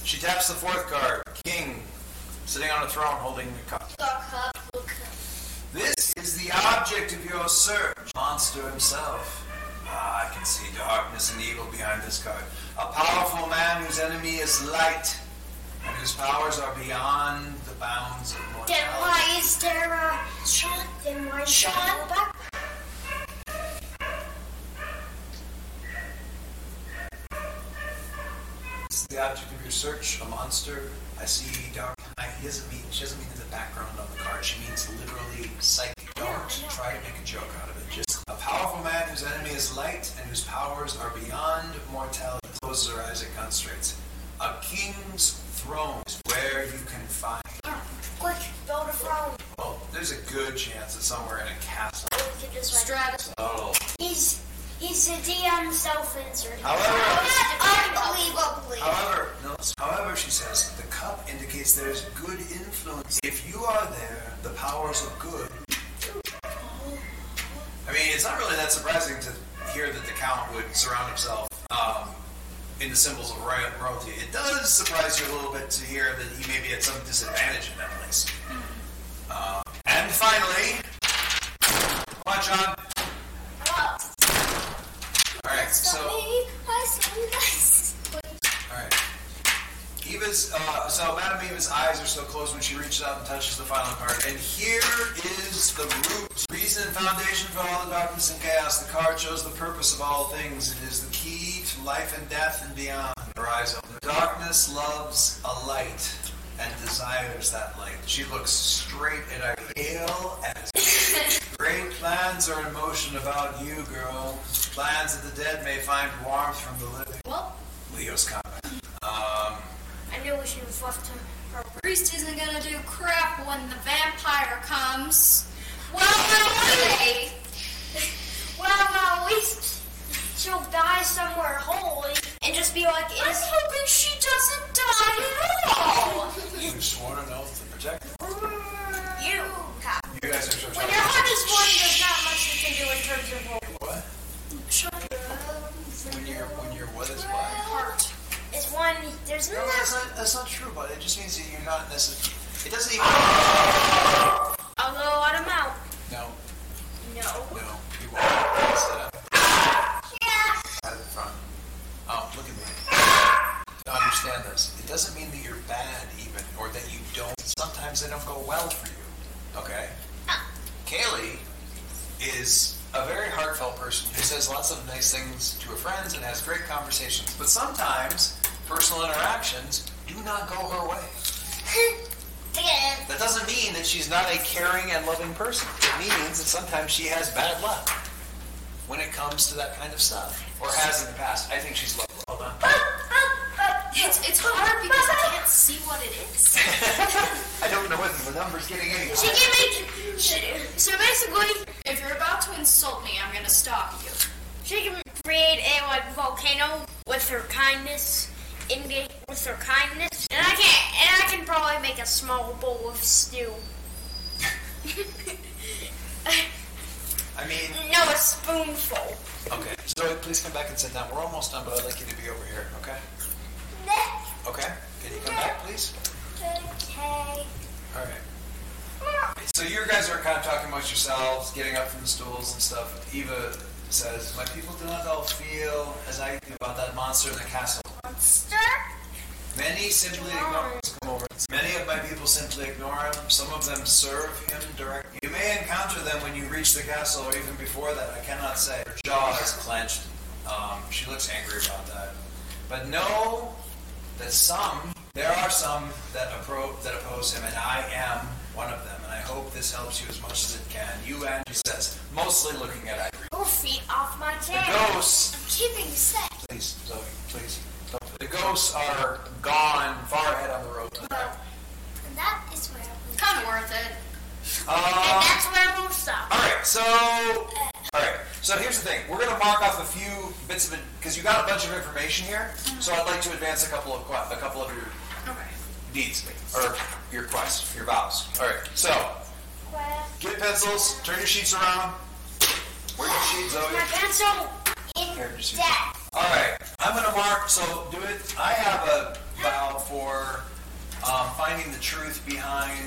S1: She taps the fourth card. King, sitting on a throne, holding the cup. This is the object of your search. Monster himself. Ah, I can see darkness and evil behind this card. A powerful man whose enemy is light, and whose powers are beyond the bounds of mortality.
S2: Then why is there a Sean? Then why is there a back?
S1: It's the object of your search, a monster. I see dark. I, he doesn't mean, she doesn't mean in the background on the card. She means literally psychic. Don't try to make a joke out of it. Just a powerful man whose enemy is light and whose powers are beyond mortality. Closes her eyes and concentrates. A king's throne is where you can find.
S2: Quick, build a throne.
S1: Oh, there's a good chance that somewhere in a castle.
S2: We could just like
S3: Stratus.
S1: Oh.
S2: he's he's a DM self-insert.
S1: However,
S2: Unbelievably.
S1: However, no, however, she says, the cup indicates there's good influence. If you are there, the powers of good. I mean, it's not really that surprising to hear that the Count would surround himself um, in the symbols of royal- royalty. It does surprise you a little bit to hear that he may be at some disadvantage in that place. Uh, and finally, come on, John.
S2: Hello.
S1: All right, so.
S2: me. I saw you guys.
S1: Alright. Eva's, uh, so Madame Eva's eyes are still closed when she reaches out and touches the final card. And here is the root, reason and foundation for all the darkness and chaos. The card shows the purpose of all things. It is the key to life and death and beyond. Her eyes open. Darkness loves a light and desires that light. She looks straight at her, pale as Great plans are in motion about you, girl. Plans that the dead may find warmth from the living.
S3: Well,
S1: Leo's comment. Um,
S2: I knew we should have left him.
S3: priest isn't gonna do crap when the vampire comes. Well, well, wait.
S2: Well, at least she'll die somewhere holy and just be like,
S3: I'm
S2: is
S3: hoping she doesn't die
S1: you sworn an oath to protect.
S2: you? How?
S1: You guys are so
S2: When your heart is one, there's not much you can do in terms of holy.
S1: What? When you're when you're what is what?
S2: Heart. It's one. There's
S1: No, that's
S2: nothing.
S1: not that's not true. But it just means that you're not necessarily. It doesn't even.
S2: I'll go on him out.
S1: No,
S2: No.
S1: no, you uh, won't. Set up
S2: Yeah.
S1: out of the front. Oh, look at me. Don't understand this. It doesn't mean that you're bad even, or that you don't. Sometimes they don't go well for you. Okay. Kaylee is a very heartfelt person who says lots of nice things to her friends and has great conversations. But sometimes personal interactions do not go her way.
S2: Again.
S1: That doesn't mean that she's not a caring and loving person. It means that sometimes she has bad luck when it comes to that kind of stuff, or has in the past. I think she's lucky. Hold on.
S3: at all. It's, it's hard because I can't see what it is.
S1: I don't know whether the number's getting any.
S2: She can make. She, so basically,
S3: If you're about to insult me, I'm gonna stalk you.
S2: she can create a like volcano with her kindness. In ga- with her kindness, and I can and I can probably make a small bowl of stew.
S1: I mean,
S2: No, a spoonful.
S1: okay. Zoe, please come back and sit down. We're almost done, but I'd like you to be over here, okay? Okay? Can you come back, please?
S2: Okay.
S1: All right. So you guys are kind of talking amongst yourselves, getting up from the stools and stuff. Eva says, "My people do not all feel as I do about that monster in the castle.
S2: Monster.
S1: Many simply ignore him. Come over. Many of my people simply ignore him. Some of them serve him directly. You may encounter them when you reach the castle, or even before that. I cannot say. Her jaw is clenched. Um, she looks angry about that. But know that some, there are some that appro- that oppose him, and I am one of them. And I hope this helps you as much as it can. You and she says, mostly looking at Ivory.
S2: Your feet off my
S1: The
S2: chair.
S1: ghosts
S2: I'm keeping set.
S1: Please, Zoe, please. Don't. The ghosts are gone far ahead on the road.
S2: And that is where.
S3: It's kind of worth it.
S2: and
S1: Uh,
S2: that's where we'll stop.
S1: all right, so all right, So here's the thing. We're going to mark off a few bits of it because you got a bunch of information here. So I'd like to advance a couple of que- a couple of your
S3: Okay.
S1: deeds or your quests, your vows. All right. So get pencils. Turn your sheets around. Where's your sheet, Zoe?
S2: My pencil in
S1: Oh, Here, just use it.
S2: that.
S1: All right, I'm gonna mark. So do it. I have a vow for um, finding the truth behind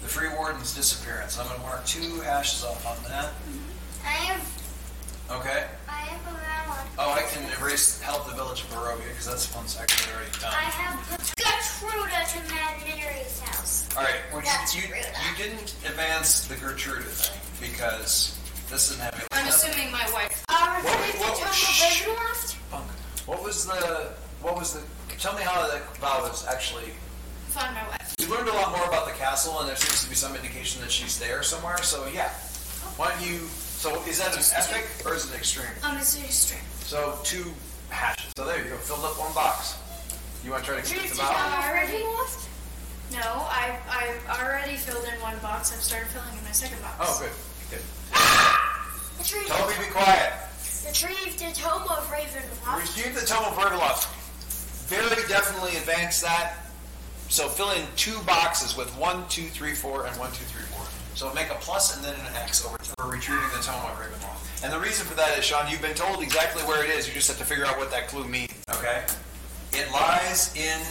S1: the Free Warden's disappearance. I'm gonna mark two ashes off on that.
S2: I have,
S1: Okay.
S2: I have a round one.
S1: Oh, I can erase help the village of Barovia because that's one section already
S2: I
S1: done.
S2: have Gertruda to Madinary's house.
S1: All right, which
S2: That's
S1: you
S2: rude.
S1: you didn't advance the Gertrude thing because this didn't have
S3: I'm
S1: anything.
S3: assuming my wife.
S2: Our
S1: What- what- shh.
S2: Ravenloft.
S1: What was the what was the? Tell me how the vow was actually
S3: Find my wife.
S1: You learned a lot more about the castle, and there seems to be some indication that she's there somewhere. So yeah, why don't you? So is that an epic or is it extreme?
S3: Um, it's a string.
S1: So two hashes. So there you go, filled up one box. You want to try to keep
S3: Truth
S1: them
S3: to
S1: out?
S3: power. Ravenloft? No, I I already filled in one box. I've started filling in my second box.
S1: Oh, good, good.
S2: Retrieve,
S1: Toby, be quiet.
S2: retrieve the tome of Ravenloft.
S1: Retrieve the Tome of Ravenloft. Very definitely advance that. So fill in two boxes with one, two, three, four, and one, two, three, four. So make a plus and then an X over for retrieving the Tome of Ravenloft. And the reason for that is, Sean, you've been told exactly where it is. You just have to figure out what that clue means. Okay. It lies in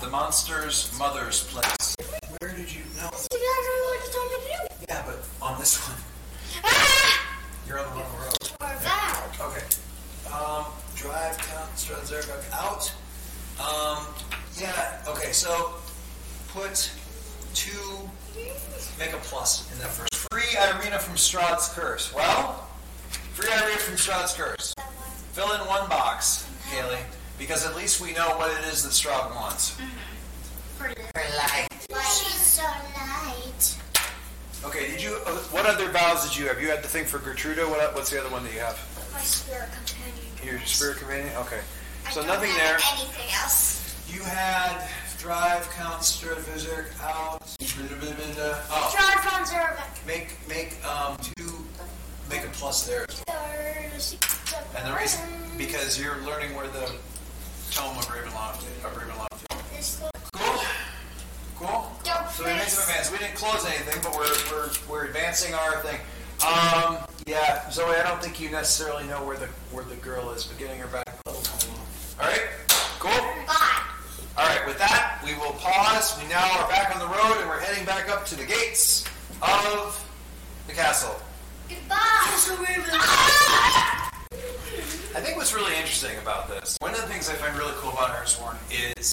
S1: the monster's mother's place. Where did you know?
S2: You guys are what you told me to do.
S1: Yeah, but on this one,
S2: Ah!
S1: you're on the wrong road.
S2: Or vow.
S1: Okay. Um, drive down Strasbourg out. Um, yeah, okay, so put two, make a plus in that first. Free Irina from Strahd's curse. Well, free Irina from Strahd's curse. Fill in one box, Haley, because at least we know what it is that Strahd wants.
S2: She's so light.
S1: Okay, did you, uh, what other vows did you have? You had the thing for Gertruda, what, what's the other one that you have?
S2: My spirit companion.
S1: Your spirit companion? Okay. So nothing there.
S2: Anything else?
S1: You had drive count Stradivarius out. Oh,
S2: Drive on Zerbeck.
S1: make make um two make a plus there, and the reason because you're learning where the tome of Ravenloft of Ravenloft. is. Cool, cool.
S2: Don't
S1: So we made some
S2: press.
S1: advance. We didn't close anything, but we're we're we're advancing our thing. Um, yeah, Zoe, I don't think you necessarily know where the where the girl is, but getting her back. All right, cool.
S2: Bye.
S1: All right, with that, we will pause. We now are back on the road and we're heading back up to the gates of the castle.
S2: Goodbye.
S1: I think what's really interesting about this, one of the things I find really cool about Irisworn is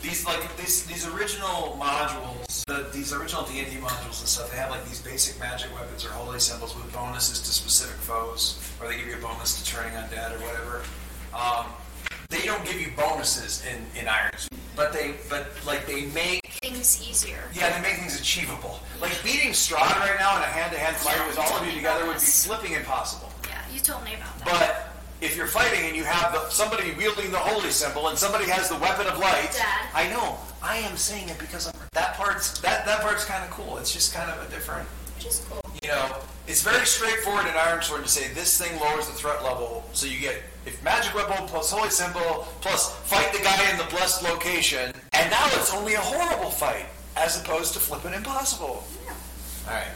S1: these like these these original modules, the, these original D and D modules and stuff. They have like these basic magic weapons or holy symbols with bonuses to specific foes, or they give you a bonus to turning undead or whatever. Um, they don't give you bonuses in in Irons, but they but like they make
S3: Things easier.
S1: Yeah, they make things achievable. Like beating Strahd right now in a hand-to-hand fight with all of you together would be flipping impossible.
S3: Yeah, you told me about that.
S1: But if you're fighting and you have the, somebody wielding the holy symbol and somebody has the weapon of light,
S3: Dad.
S1: I know. I am saying it because I'm, that part's that that part's kind of cool. It's just kind of a different.
S3: Which is cool.
S1: You know, it's very straightforward in Iron Sword to say this thing lowers the threat level, so you get if magic weapon plus holy symbol plus fight the guy in the blessed location, and now it's only a horrible fight as opposed to flipping impossible. All right.